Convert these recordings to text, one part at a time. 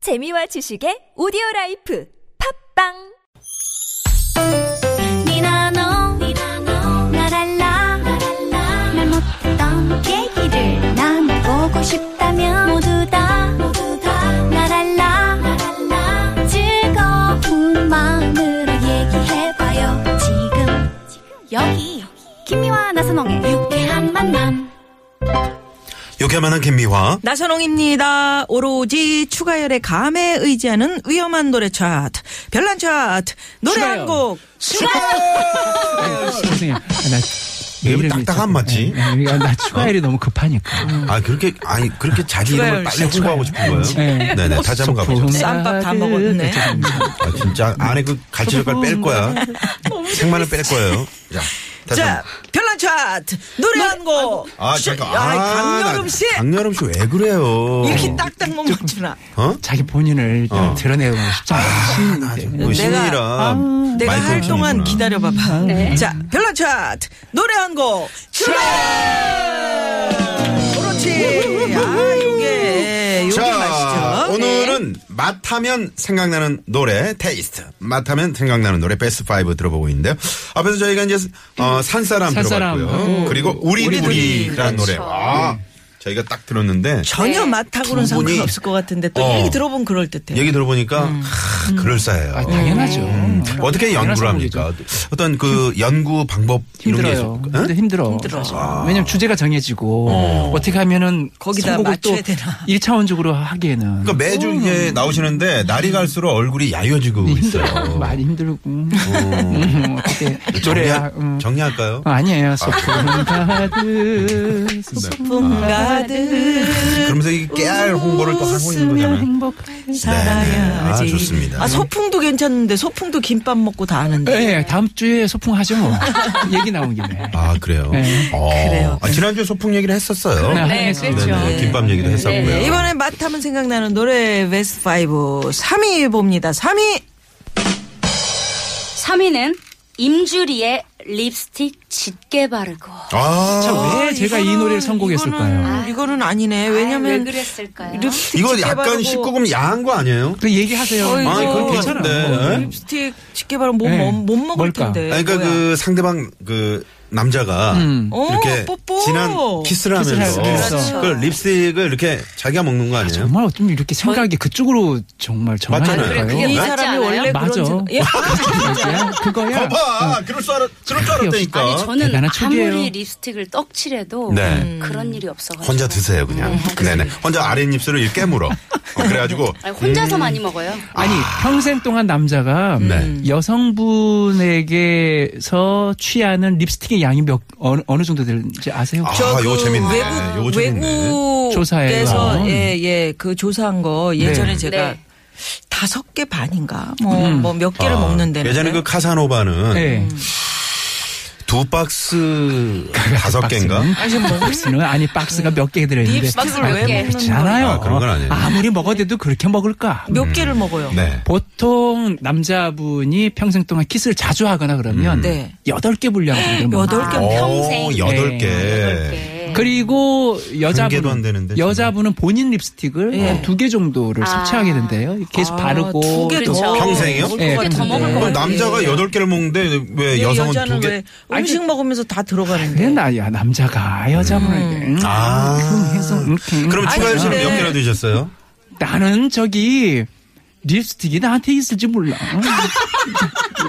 재미와 지식의 오디오 라이프 팝빵 니나노 나랄라 말 못했던 얘기를 나눠보고 싶다면 모두 다 나랄라 즐거운 마음으로 얘기해봐요 지금 여기 김미와 나선홍의 유쾌한 만남 요괴만한 김미화. 나선홍입니다. 오로지 추가열의 감에 의지하는 위험한 노래 차트, 별난 차트, 노래 추가열. 한 곡. 선생님, 아, 나. 왜 딱딱한 맛이? 예, 예, 나 추가일이 너무 어. 급하니까. 아 그렇게 아니 그렇게 자기 추가요, 이름을 빨리 홍보하고 싶은 거예요. 네. 네네 다시 한번 가보죠. 소풍 쌈밥 다 아들. 먹었네. 그렇죠. 아, 진짜 안에 그 갈치젓갈 뺄 거야. 생마늘 뺄 거예요. 자 다시 자, 한번. 별난 차트, 노래 한 곡. 아 잠깐. 야, 강여름 나- 씨. 강여름 씨 왜 그래요? 이렇게 딱딱 못 맞추나. 어? 자기 본인을 좀 어. 드러내고 싶지 않아요. 아, 지금 뭐 신이라. 내가 마이클 할 동안 신이구나. 기다려봐봐. 자, 별난 차트, 노래 한 곡. 출발! 그렇지. 아, 요게, 요게 자, 맛이죠. 오늘은 맛하면 생각나는 노래 테이스트. 맛하면 생각나는 노래 베스트 5 들어보고 있는데요. 앞에서 저희가 이제 어, 산사람 산사람. 들어봤고요. 오. 그리고 우리 우리 둘이라는 노래. 그렇죠. 아, 저희가 딱 들었는데 전혀 맛하고는 두 분이- 상관없을 것 같은데 또 어. 얘기 들어보면 그럴듯해. 얘기 들어보니까 하, 그럴싸해요. 아, 네, 당연하죠. 음. 어떻게 연구를 합니까? 어떤 그 연구 방법 이런 게 네? 힘들어요. 네. 있습니까? 근데 응? 아. 힘들어. 왜냐면 주제가 정해지고 어. 떻게 하면은 거기다 선곡을 또 맞춰야 되나. 음. 1차원적으로 하기에는 그러니까 매주 이제 나오시는데 날이 갈수록 얼굴이 야여지고 있어요. 네, 힘들어. 많이 힘들고. 음, 어떻게 노래야. 음. 정리할, 까요 아, 아니에요. 네. 소풍 가득 아. 가득 그러면서 이 깨알 홍보를 또 하고 있는 웃으면 거잖아요. 행복해. 아, 살아야지. 좋습니다. 아, 소풍도 괜찮은데 소풍도 김밥 먹고 다 하는데. 네, 다음 주에 소풍 하죠 뭐. 얘기 나온 김에. 아 그래요. 네. 어. 그래요. 아, 그렇죠. 지난주에 소풍 얘기를 했었어요. 네, 네네. 김밥 얘기도 했었고요. 네, 이번에 맛하면 생각나는 노래 베스트 5 3위 봅니다. 3위 3위는 임주리의 립스틱 짙게 바르고. 아 왜 제가 이 노래를 선곡했을까요? 이거는, 이거는 아니네. 아유, 왜 왜냐면 그랬을까요? 립스틱 이거 짙게 약간 바르고 19금 야한 거 아니에요? 그 얘기하세요. 어이구. 아, 그건 괜찮은데. 뭐. 립스틱 짙게 바르면 못, 네. 먹- 못 먹을 뭘까? 텐데. 아니, 그러니까 네, 뭐야. 그 상대방 그 남자가 음. 이렇게 오, 뽀뽀. 진한 키스를 키스를 하면서 하면서. 그 립스틱을 이렇게 자기가 먹는 거 아니에요? 정말 어쩜 이렇게 생각이 그쪽으로 정말 맞잖아요. 정말일까요? 네? 그래, 이 그게 사람이 원래 맞아. 그런 생각- 예. 그거야. 그거야. 봐봐, 그럴 줄 알았, 그럴 줄 알았다니까. 아니 저는 대단한 촉이에요. 아무리 립스틱을 떡칠해도 어? 음, 네. 그런 일이 없어가지고. 혼자 드세요, 음, 그냥. 네네. 혼자 아랫입술을 이렇게 깨물어. 어, 그래가지고. 아니, 음. 혼자서 많이 먹어요. 아니 평생 동안 남자가 네. 여성분에게서 취하는 립스틱의 양이 몇 어느, 어느 정도 되는지 아세요? 아, 저 요거 그 재밌네. 요거 외국 재밌네. 음. 외국에서 조사해서. 예예그 조사한 거 예전에 네. 제가 네. 다섯 개 반인가 뭐 뭐 몇 개를 아, 먹는데 네. 예전에 그 카사노바는 네. 두 박스 다섯 개인가? 아니 뭐 박스는 아니 박스가 몇 개 들어있는데 립스틱을 아니, 왜 먹는 그렇지 않아요. 아, 그런 건 아니에요. 아무리 먹어대도 그렇게 먹을까? 몇 개를 먹어요. 네. 보통 남자분이 평생 동안 키스를 자주 하거나 음. 그러면 네. 여덟 개 분량 정도 여덟 개 아. 평생. 오, 어, 여덟 예. 네. 개. 네. 그리고 개도 안 여자분은 되는데, 정말. 여자분은 본인 립스틱을 두 개 정도를 섭취하게 된대요. 계속 네. 아, 바르고 두개 그렇죠. 더. 평생이요? 먹을 예, 것 같은데. 더 먹을 음. 것 그럼 남자가 예. 여덟 개를 먹는데 왜 왜 여성은 여자는 두 개? 왜 음식 먹으면서 다 들어가는데. 내 나야 남자가 여자분에게 음. 아. 그럼 해서 이렇게 그럼 아니, 추가열 씨는 근데- 몇 개나 드셨어요? 나는 저기 립스틱이 나한테 있을지 몰라.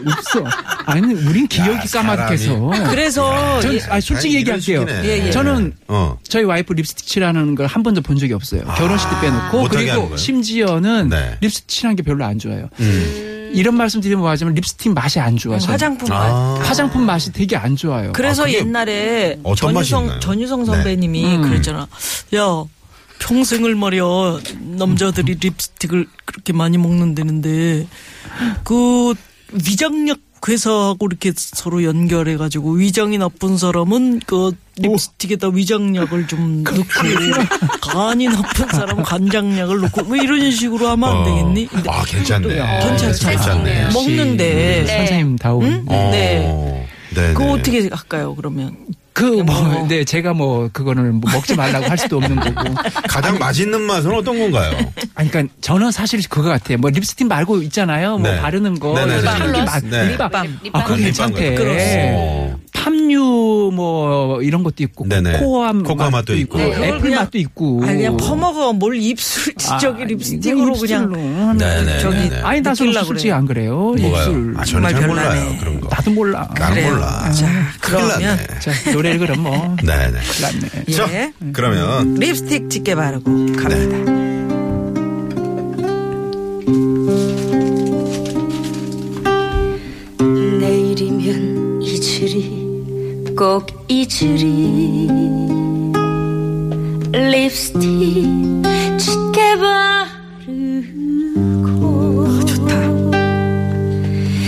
없어. 아니 우린 기억이 야, 까마득해서. 그래서 전, 예, 아니, 솔직히 아니, 얘기할게요. 이런 식이네. 예, 예. 저는 어. 저희 와이프 립스틱 칠하는 걸 한 번도 본 적이 없어요. 결혼식 때 빼놓고 아, 못하게 하는 그리고 거예요? 심지어는 네. 음. 립스틱 칠하는 게 별로 안 좋아요. 이런 말씀 드리면 뭐하지만 립스틱 맛이 안 좋아서 음, 화장품 아. 화장품 맛이 되게 안 좋아요. 그래서 아, 그게 옛날에 어떤 맛이 있나요? 전유성 전유성 네. 선배님이 그랬잖아. 야 평생을 말이야 남자들이 립스틱을 그렇게 많이 먹는다는데 그 위장약 회사하고 이렇게 서로 연결해 가지고 위장이 나쁜 사람은 그 립스틱에다 위장약을 좀 넣고 간이 나쁜 사람은 간장약을 넣고 뭐 이런 식으로 하면 안 되겠니? 근데 아, 괜찮네. 아, 괜찮죠. 괜찮네. 역시 먹는데. 선생님 다운. 네. 네. 그거 어떻게 할까요 그러면? 그 뭐 뭐. 네 제가 뭐 그거는 뭐 먹지 말라고 할 수도 없는 거고 가장 맛있는 맛은 어떤 건가요? 아니, 그러니까 저는 사실 그거 같아요. 뭐 립스틱 말고 있잖아요. 뭐 네. 바르는 거. 네네네. 이렇게 막- 네. 립밤. 립밤. 그렇죠. 아, 그거 립밤. 괜찮대. 그렇지. 팜유 뭐 이런 것도 있고 어. 네네. 코코아, 코코아 맛도 있고. 네, 애플 그걸 그냥- 맛도 있고. 아니 그냥 퍼먹어 뭘 입술 저기 아, 립스틱으로 이거 그냥 립스틱으로 하는 네, 네, 거지. 저기 네, 네. 아니 나 느끼려고 솔직히 그래요. 안 그래요. 뭐가요? 입술. 아, 저는 잘 정말 몰라요. 별나네. 그런 거. 나도 몰라. 난 아, 그래요. 아, 몰라. 자, 큰일 그러면 났네. 자, 노래를 그럼 뭐. 네네. 났네. 예. 자, 그러면 립스틱 짙게 바르고 갑니다. 내일이면 이슬이 꼭 이슬이 립스틱 짙게 바르고 아, 좋다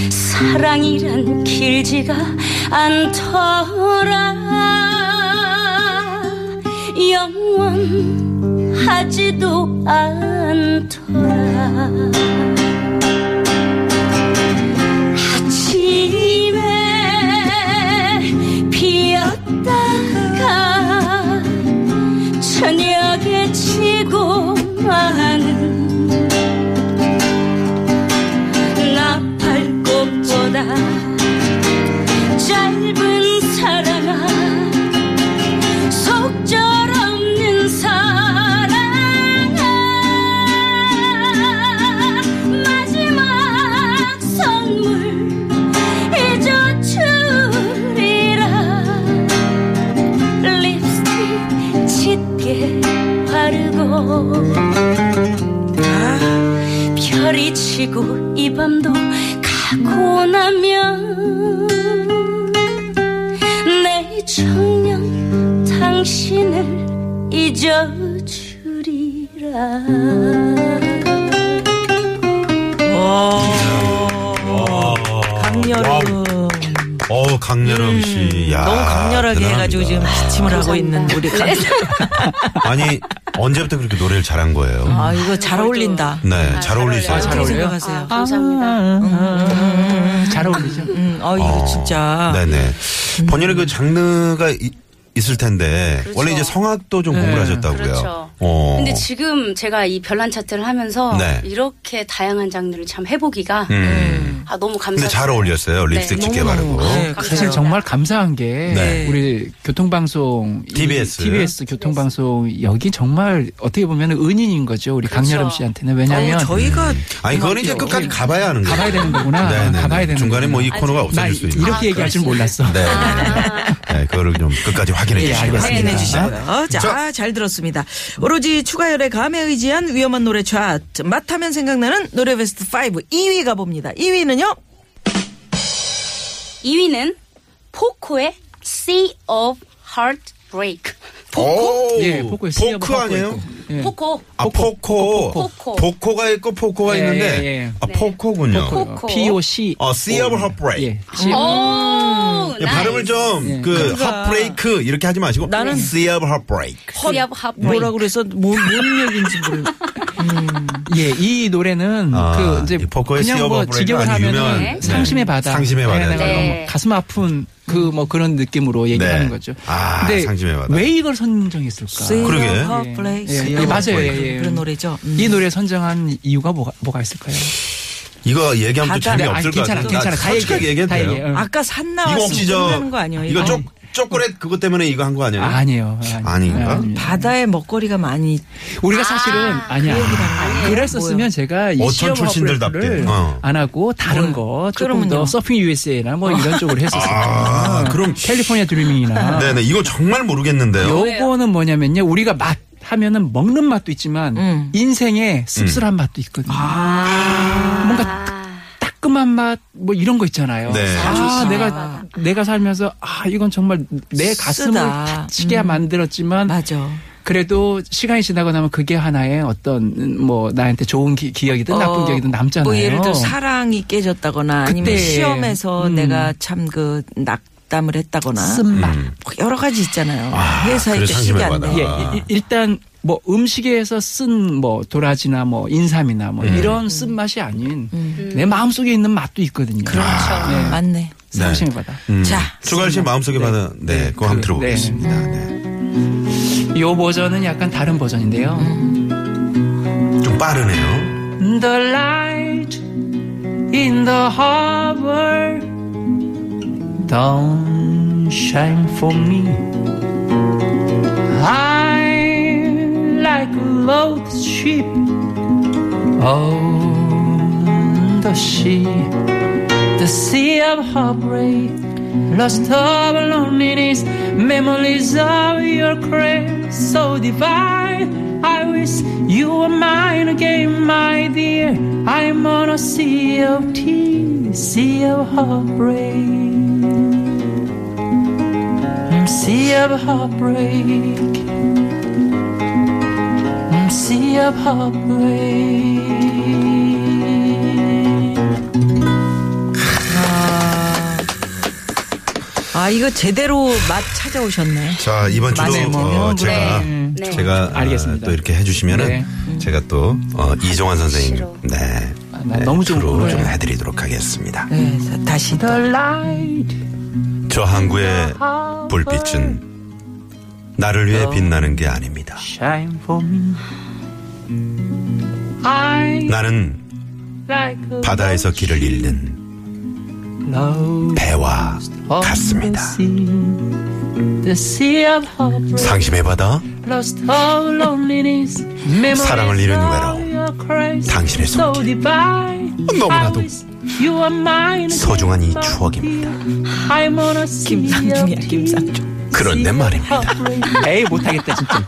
사랑이란 길지가 않더라 영원하지도 않더라 아침에 비었다가 저녁에 지고 마는 나팔꽃보다 짧은 사랑아 속절없는 사랑아 마지막 선물 잊어주리라 립스틱 짙게 바르고 별이 지고 이 밤도 가고 나면 내 정녕 당신을 잊어주리라 네. 오. 어, 강렬은 어 강렬음 씨, 야 너무 강렬하게 대단합니다. 해가지고 지금 기침을 하고 아, 있는 우리 강. 아니 언제부터 그렇게 노래를 잘한 거예요? 아 이거 잘 어울린다. 네, 잘 어울리세요. 아, 잘 어떻게 어울려요? 생각하세요? 아, 어. 잘 어울리죠. 음, 아 이거 진짜. 음. 네네. 본인의 그 장르가 이- 있을 텐데 그렇죠. 원래 이제 성악도 좀 네, 공부를 하셨다고요. 그렇죠. 어. 근데 지금 제가 이 별난 차트를 하면서 네. 이렇게 다양한 장르를 참 해보기가 음. 아 너무 감사. 근데 잘 어울렸어요. 립스틱 네, 짙게 바르고. 네, 그렇죠. 사실 정말 감사한 게 네. 우리 교통방송 이 TBS. TBS 교통방송 여기 정말 어떻게 보면 은인인 거죠 우리 강렬음 씨한테는 왜냐하면 어, 저희가 아니 그거는 이제 끝까지 가봐야 하는 거예요. 가봐야 되는 거구나 네네. 가봐야 되는 중간에 뭐 이 거구나. 코너가 나 없어질 수 있는. 이렇게 얘기할 줄 몰랐어 네. 네, 그거를 좀 끝까지 확인해 예, 주시기 알겠습니다. 바랍니다. 네. 확인해 주시고요. 어, 자, 자. 잘 들었습니다. 오로지 추가열의 감에 의지한 위험한 노래 차트. 맡하면 생각나는 노래 베스트 5 2위 가봅니다. 2위는요? 2위는 포코의 Sea of Heartbreak. 포코? 예, 포코에 쓰여 포크 포코 아니에요? 있고. 예. 포코. 아, 포코. 포코. 포코가 있고 포코가 예, 있는데. 예, 예. 아, 포코군요. 포코. 포코. POC 어, Sea of Heartbreak. 예, C of 오, 음. 예, 발음을 예. 좀그 그러니까. 핫브레이크 이렇게 하지 마시고 나는- Sea of Heartbreak. Sea of Heartbreak. 뭐라 그래서 뭐, 뭔 얘기인지 모르 예, 이 노래는 아, 그 이제 이 포커의 그냥 뭐 시어버 브레이크 직역을 아주 유명한, 하면 네. 상심의 바다, 상심의 네, 바다죠. 내가 네. 너무 가슴 아픈 음. 그 뭐 그런 느낌으로 얘기하는 거죠. 아, 상심의 바다. 왜 이걸 선정했을까? 그러게. 예, 예, 맞아요. 예, 예. 뭐 그런 노래죠. 음. 이 노래 선정한 이유가 뭐가, 뭐가 있을까요? 이거 얘기하면 또 바다- 아니, 재미없을 것 괜찮아, 같아요. 괜찮아. 다 솔직하게 얘기해. 얘기해도 다 돼요. 얘기해. 응. 아까 산 이거 나왔으면 혹시 저 끝나는 거 아니에요? 이거 이거? 쪼, 초콜릿 그것 때문에 이거 한 거 아니에요? 아니에요. 아닌가? 아닙니다. 바다에 먹거리가 많이 우리가 사실은 아니야. 그 그랬었으면 제가 이 어떤 시험 출신들답게. 업로드를 어. 안 하고 다른 거 조금 그러면요. 더 서핑 USA나 뭐 이런 쪽으로 했었어요. 아, 그럼 네. 캘리포니아 드리밍이나 네네 이거 정말 모르겠는데요. 요거는 뭐냐면요. 우리가 맛 하면은 먹는 맛도 있지만 음. 인생의 음. 씁쓸한 맛도 있거든요. 아. 뭔가 따끔한 맛 뭐 이런 거 있잖아요. 네. 아, 내가 내가 살면서 아, 이건 정말 내 가슴을 쓰다. 다치게 음. 만들었지만 맞아. 그래도 시간이 지나고 나면 그게 하나의 어떤 음, 뭐 나한테 좋은 기, 억이든 나쁜 어, 기억이든 남잖아요. 뭐 예를 들어 사랑이 깨졌다거나 아니면 그때. 시험에서 음. 내가 참 그 낙담을 했다거나 쓴맛. 뭐 여러 가지 있잖아요. 아, 회사에 그래서 시간 상심을 받아. 예, 아. 이- 일단 뭐 음식에서 쓴 뭐 도라지나 뭐 인삼이나 뭐 이런 쓴 맛이 아닌 내 마음 속에 있는 맛도 있거든요. 그렇죠. 맞네. 상심의 바다. 음. 자, 주갈 씨 마음속에 받은 네, 그거 한번 그, 네. 들어보겠습니다. 네. 이 버전은 약간 다른 버전인데요. 음. 좀 빠르네요. The light in the harbor don't shine for me. I'm like a lost ship on the sea, the sea of heartbreak, lost of loneliness, memories of your grace so divine. I wish you were mine again, my dear. I'm on a sea of tears, sea of heartbreak, sea of heartbreak. Sea of heartbreak. 아 이거 제대로 맛 찾아오셨네. 자, 이번 주도 맞아요, 뭐. 어, 제가 네. 제가 아, 알겠습니다. 또 이렇게 해 주시면은 네. 제가 또 어, 이종환 선생님 싫어. 네. 아, 나 너무 좀 앞으로 좀 그래. 해 드리도록 하겠습니다. 네, 자, 다시 또. The light 저 항구의 불빛은 나를 어. 위해 빛나는 게 아닙니다. shine for me. I 나는 like a 바다에서 길을 잃는 love 배와 of 같습니다. The sea, the sea of heartbreak, 상심의 바다 lost of loneliness, memories 사랑을 잃은 of 외로움, your Christ, 당신의 so 손길. divine. 너무나도 I wish you were mine 소중한 이 again, my 추억입니다. dear. I'm on a sea 김상중이야, of 김상중. 그런데 말입니다. heartbreak. 에이 못하겠다 진짜.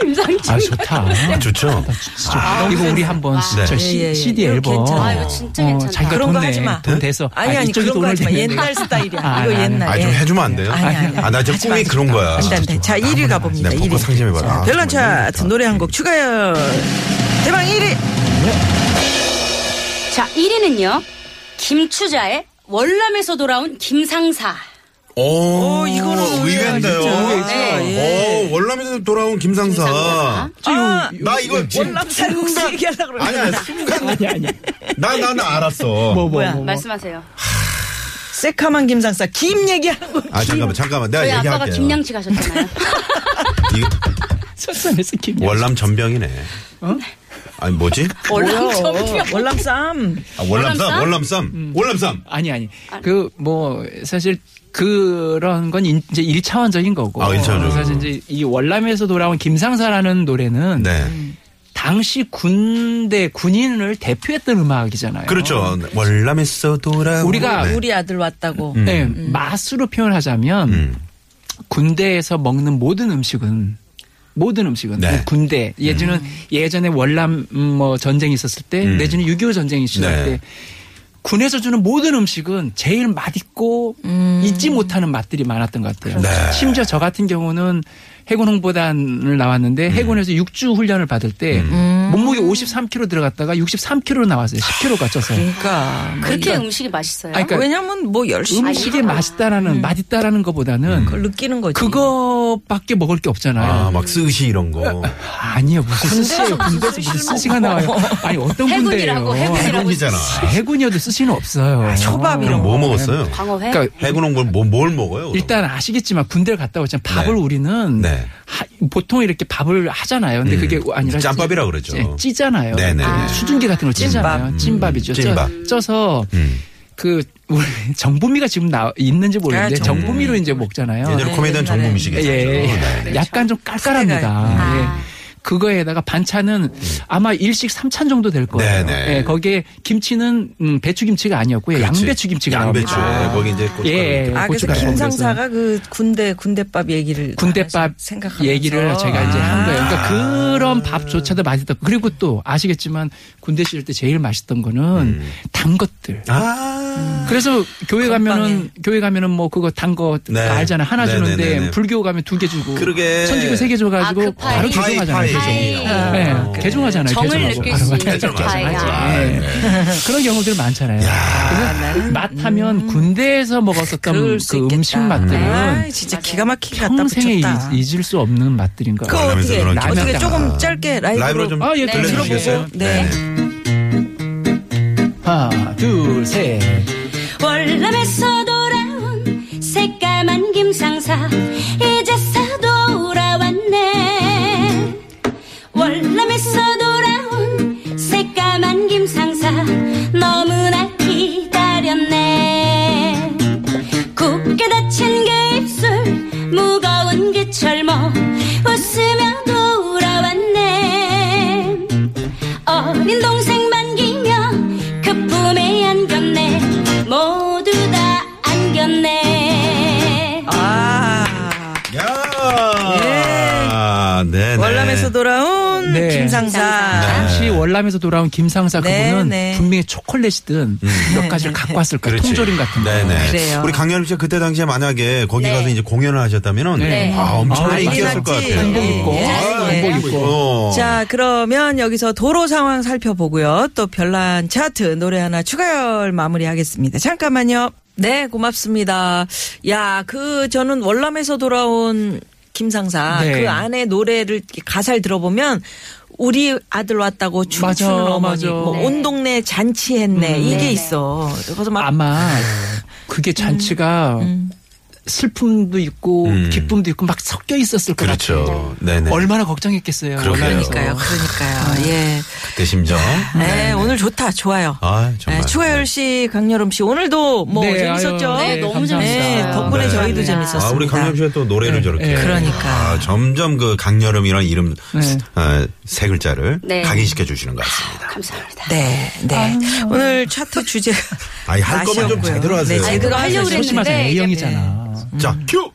김상중. 아 좋다. 좋죠? 아, 이거 우리 한번 네. 저 예, 예, 예. CD 이거 앨범. 괜찮아. 아, 이거 진짜 어, 괜찮다. 자기가 그런 거 돈 내, 하지 마. 돈 돼서. 그러니까 네? 아니 아니 이쪽이 그런 거 돈을 하지 마. 내는데. 옛날 스타일이야. 아, 이거 아니, 아니. 옛날. 아, 좀 해주면 안 돼요? 예. 아니, 아니, 아니. 아, 나 지금 꿈이 그런 거야. 아, 안돼 안돼. 자 1위 가봅니다. 네, 1위. 복고 상심해봐라. 아, 별난 정말 너무 차트 좋다. 노래 한 곡 추가요. 대박 1위. 자, 1위는요. 김추자의 월남에서 돌아온 김상사. 오, 오, 이거는 의외인데요. 진짜 오, 월남에서 돌아온 김상사. 김상사. 아, 나 이거 지금 월남 쌀국수 순간- 얘기하려고 그러는데. 아니야, 순간. 아니 아니. 나, 나는 알았어. 뭐, 뭐, 뭐야? 뭐, 뭐. 말씀하세요. 새카만 김상사 김 얘기하는 거. 아, 잠깐만, 잠깐만. 내가 저희 얘기할게요. 아빠가 김양치 가셨잖아요. 이거 설상에서 어? 김. 월남 전병이네. 아니, 뭐지? 월남 뭐야? 월남 쌈. 아, 월남쌈, 월남쌈? 월남쌈. 음. 월남쌈. 아니 아니. 그 뭐 사실 그런 건 인- 이제 1차원적인 거고. 아, 일차원적으로. 사실 이제 이 월남에서 돌아온 김상사라는 노래는 네. 당시 군대 군인을 대표했던 음악이잖아요. 그렇죠. 월남에서 돌아온. 우리가- 네. 우리 아들 왔다고. 네, 맛으로 표현하자면 음. 군대에서 먹는 모든 음식은 모든 음식은 그 네. 군대 예전은 예전에 월남 음, 뭐 전쟁이 있었을 때 음. 내지는 6.25 전쟁이 네. 시작할 때 군에서 주는 모든 음식은 제일 맛있고 잊지 못하는 맛들이 많았던 것 같아요. 네. 심지어 저 같은 경우는 해군 홍보단을 음. 나왔는데 해군에서 육주 훈련을 받을 때 몸무게 53kg 들어갔다가 63kg로 나왔어요. 10kg가 쪄서. 그러니까 뭐 그렇게 이런- 음식이 맛있어요. 아니, 그러니까 왜냐면 뭐 열심히 음식이 맛있다라는 맛있다라는 것보다는 음. 음. 그걸 느끼는 거지. 그거밖에 먹을 게 없잖아요. 아, 막 스시 이런 거. 아니요 무슨 쓰시요 군대에서 무슨 쓰시가 나와요 아니 어떤 해군이라고, 군대예요 해군. 해군이잖아. 해군이어도 쓰시는 없어요 초밥 이런 그럼 거. 뭐 먹었어요? 광어회. 그러니까 해군 온 걸 뭐, 뭘 먹어요? 그럼? 일단 아시겠지만 군대를 갔다 오잖아요 밥을 네. 우리는 네. 하- 보통 이렇게 밥을 하잖아요 근데 음. 그게 아니라 짬밥이라고 그러죠. 예, 찌- 찌잖아요 네네. 아. 수증기 같은 걸 찌잖아요 찐밥. 찐밥이죠 음, 찐밥. 쪄- 쪄서 음. 그 우리 정보미가 지금 나 있는지 모르는데 아, 정보미. 정보미로 이제 어, 먹잖아요 예전에 네, 코미디언 옛날에. 정보미식이었죠. 네. 예, 그렇죠. 예. 약간 좀 깔깔합니다. 아. 예. 그거에다가 반찬은 아마 일식 삼찬 정도 될 거예요. 네. 네네. 예, 거기에 김치는 음, 배추김치가 아니었고요. 그렇지. 양배추김치가 양배추. 나옵니다. 예, 거기 이제 고춧가루. 예, 예. 아, 그래서 고춧가루 김상사가 그 군대 군대밥 얘기를 군대밥 생각하면서 아, 얘기를 제가 이제 한 거예요. 아. 그러니까 그런 밥조차도 맛있다. 그리고 또 아시겠지만 군대 시절 때 제일 맛있던 거는 음. 단 것들. 아. 그래서 건빵에. 교회 가면은 교회 가면은 뭐 그거 단 거 네. 알잖아요. 하나 네, 네, 네, 주는데 네. 불교 가면 두 개 주고 그러게. 선지교 세 개 아, 줘가지고 그 파이. 바로 파이, 개종하잖아요. 파이. 개종이요. 네, 개종하잖아요. 그 정을 개종하고. 느낄 수 있는 음. 개종하고. 자아야. 아, 네. 그런 경우들 많잖아요. 그래서 맛하면 군대에서 먹었었던 음. 그럴 그 수 있겠다. 음식 맛들은 아, 진짜 기가 막히게 갖다 평생에 붙였다. 잊- 잊을 수 없는 맛들인 것 그 같아요. 라면에서 어떻게 그런 어떻게 라면 조금 따라. 짧게 라이브로, 라이브로 좀 아, 예, 들려주시겠어요? 들어보고. 네. 하나, 둘, 셋. 월남에서 돌아온 새까만 김상사 이제서 돌아왔네 월남에서 돌아온 새까만 김상사 너무나 기다렸네 굳게 닫힌 그 입술 무거운 그 철모 웃으며 돌아왔네 어린 동생 만기며 그 품에 안겼네 모두 다 안겼네 아, 야. 네. 네. 월남에서 돌아온 네. 김상사. 당시 월남에서 돌아온 김상사 네, 그분은 네. 분명히 초콜릿이든 몇 가지를 갖고 왔을 거예요. 음. 그렇지. 그러니까 통조림 같은 거. 네네. 그래요. 우리 강렬 씨가 그때 당시에 만약에 거기 네. 가서 이제 공연을 하셨다면은 네. 아 아, 엄청나게 난리 인기였을 것 났지. 같아요. 한복 네. 입고. 네. 아, 네. 한복 입고. 어. 자, 그러면 여기서 도로 상황 살펴보고요. 또 별난 차트 노래 하나 추가열 마무리하겠습니다. 잠깐만요. 네, 고맙습니다. 야, 그 저는 월남에서 돌아온 김상사 네. 그 안에 노래를 이렇게 가사를 들어보면 우리 아들 왔다고 춤추는 맞아, 어머니, 맞아. 뭐 네. 온 동네 잔치했네 이게 있어. 그래서 막 아마 그게 음. 잔치가 슬픔도 있고 음. 기쁨도 있고 막 섞여 있었을 것 같아요. 그렇죠. 네네. 얼마나 걱정했겠어요. 그러게요. 월남에서. 그러니까요, 아, 그러니까요. 예. 그때 심정. 네, 오늘 좋다, 좋아요. 아 정말. 네, 추가열 씨, 강여름 씨 오늘도 뭐 네, 재밌었죠? 아유, 네, 너무 네, 재밌었어요. 덕분에 네. 저희도 아, 재밌었습니다. 아 우리 강렬 씨가 또 노래를 저렇게. 네. 그러니까. 아, 점점 그 강렬음이란 이름 네. 어, 세 글자를 네. 각인시켜 주시는 것 같습니다. 감사합니다 네, 네. 오늘 차트 주제 아니 할 거면 좀 아쉬웠고요. 제대로 하세요. 네, 제대로 그거 하려고 사실 소심하잖아요. 그랬는데 A형이잖아. 음. 자 큐.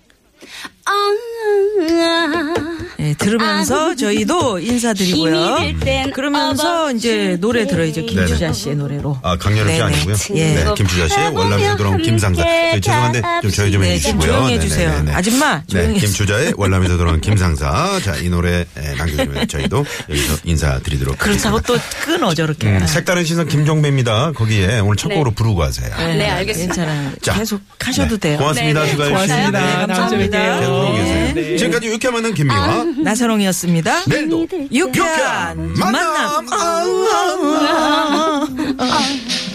아. 네, 들으면서 저희도 힘이 아, 들 인사드리고요. 땐 그러면서 이제 노래 들어야죠. 김주자 네네. 씨의 노래로. 아 강렬음 씨 네네. 아니고요. 예. 네, 김추자 씨 월남에서 돌아온 김상사. 네, 죄송한데 좀 저희 좀 네, 해주시고요. 좀 조용히 해주세요. 네네네네. 아줌마, 조용히 네, 해주세요. 김추자의 월남에서 돌아온 김상사. 자 이 노래 에, 남겨주면 저희도 여기서 인사드리도록 그렇다고 하겠습니다. 또 끊어 저렇게. 음, 색다른 시선 김종배입니다. 거기에 오늘 첫 곡으로 부르고 가세요. 네 알겠습니다 괜찮아요. 자. 계속 하셔도 네, 돼요. 고맙습니다, 네, 네, 슈가 씨. 고맙습니다. 네. 네, 다음 주에 감사합니다. 계속 보고 뵐게요. 계세요. 네. 지금까지 유쾌한 만남 아. 김미화. 나선홍이었습니다. 네. 내일도 유쾌한 네. 만남. 만남. 아우, 아우, 아우.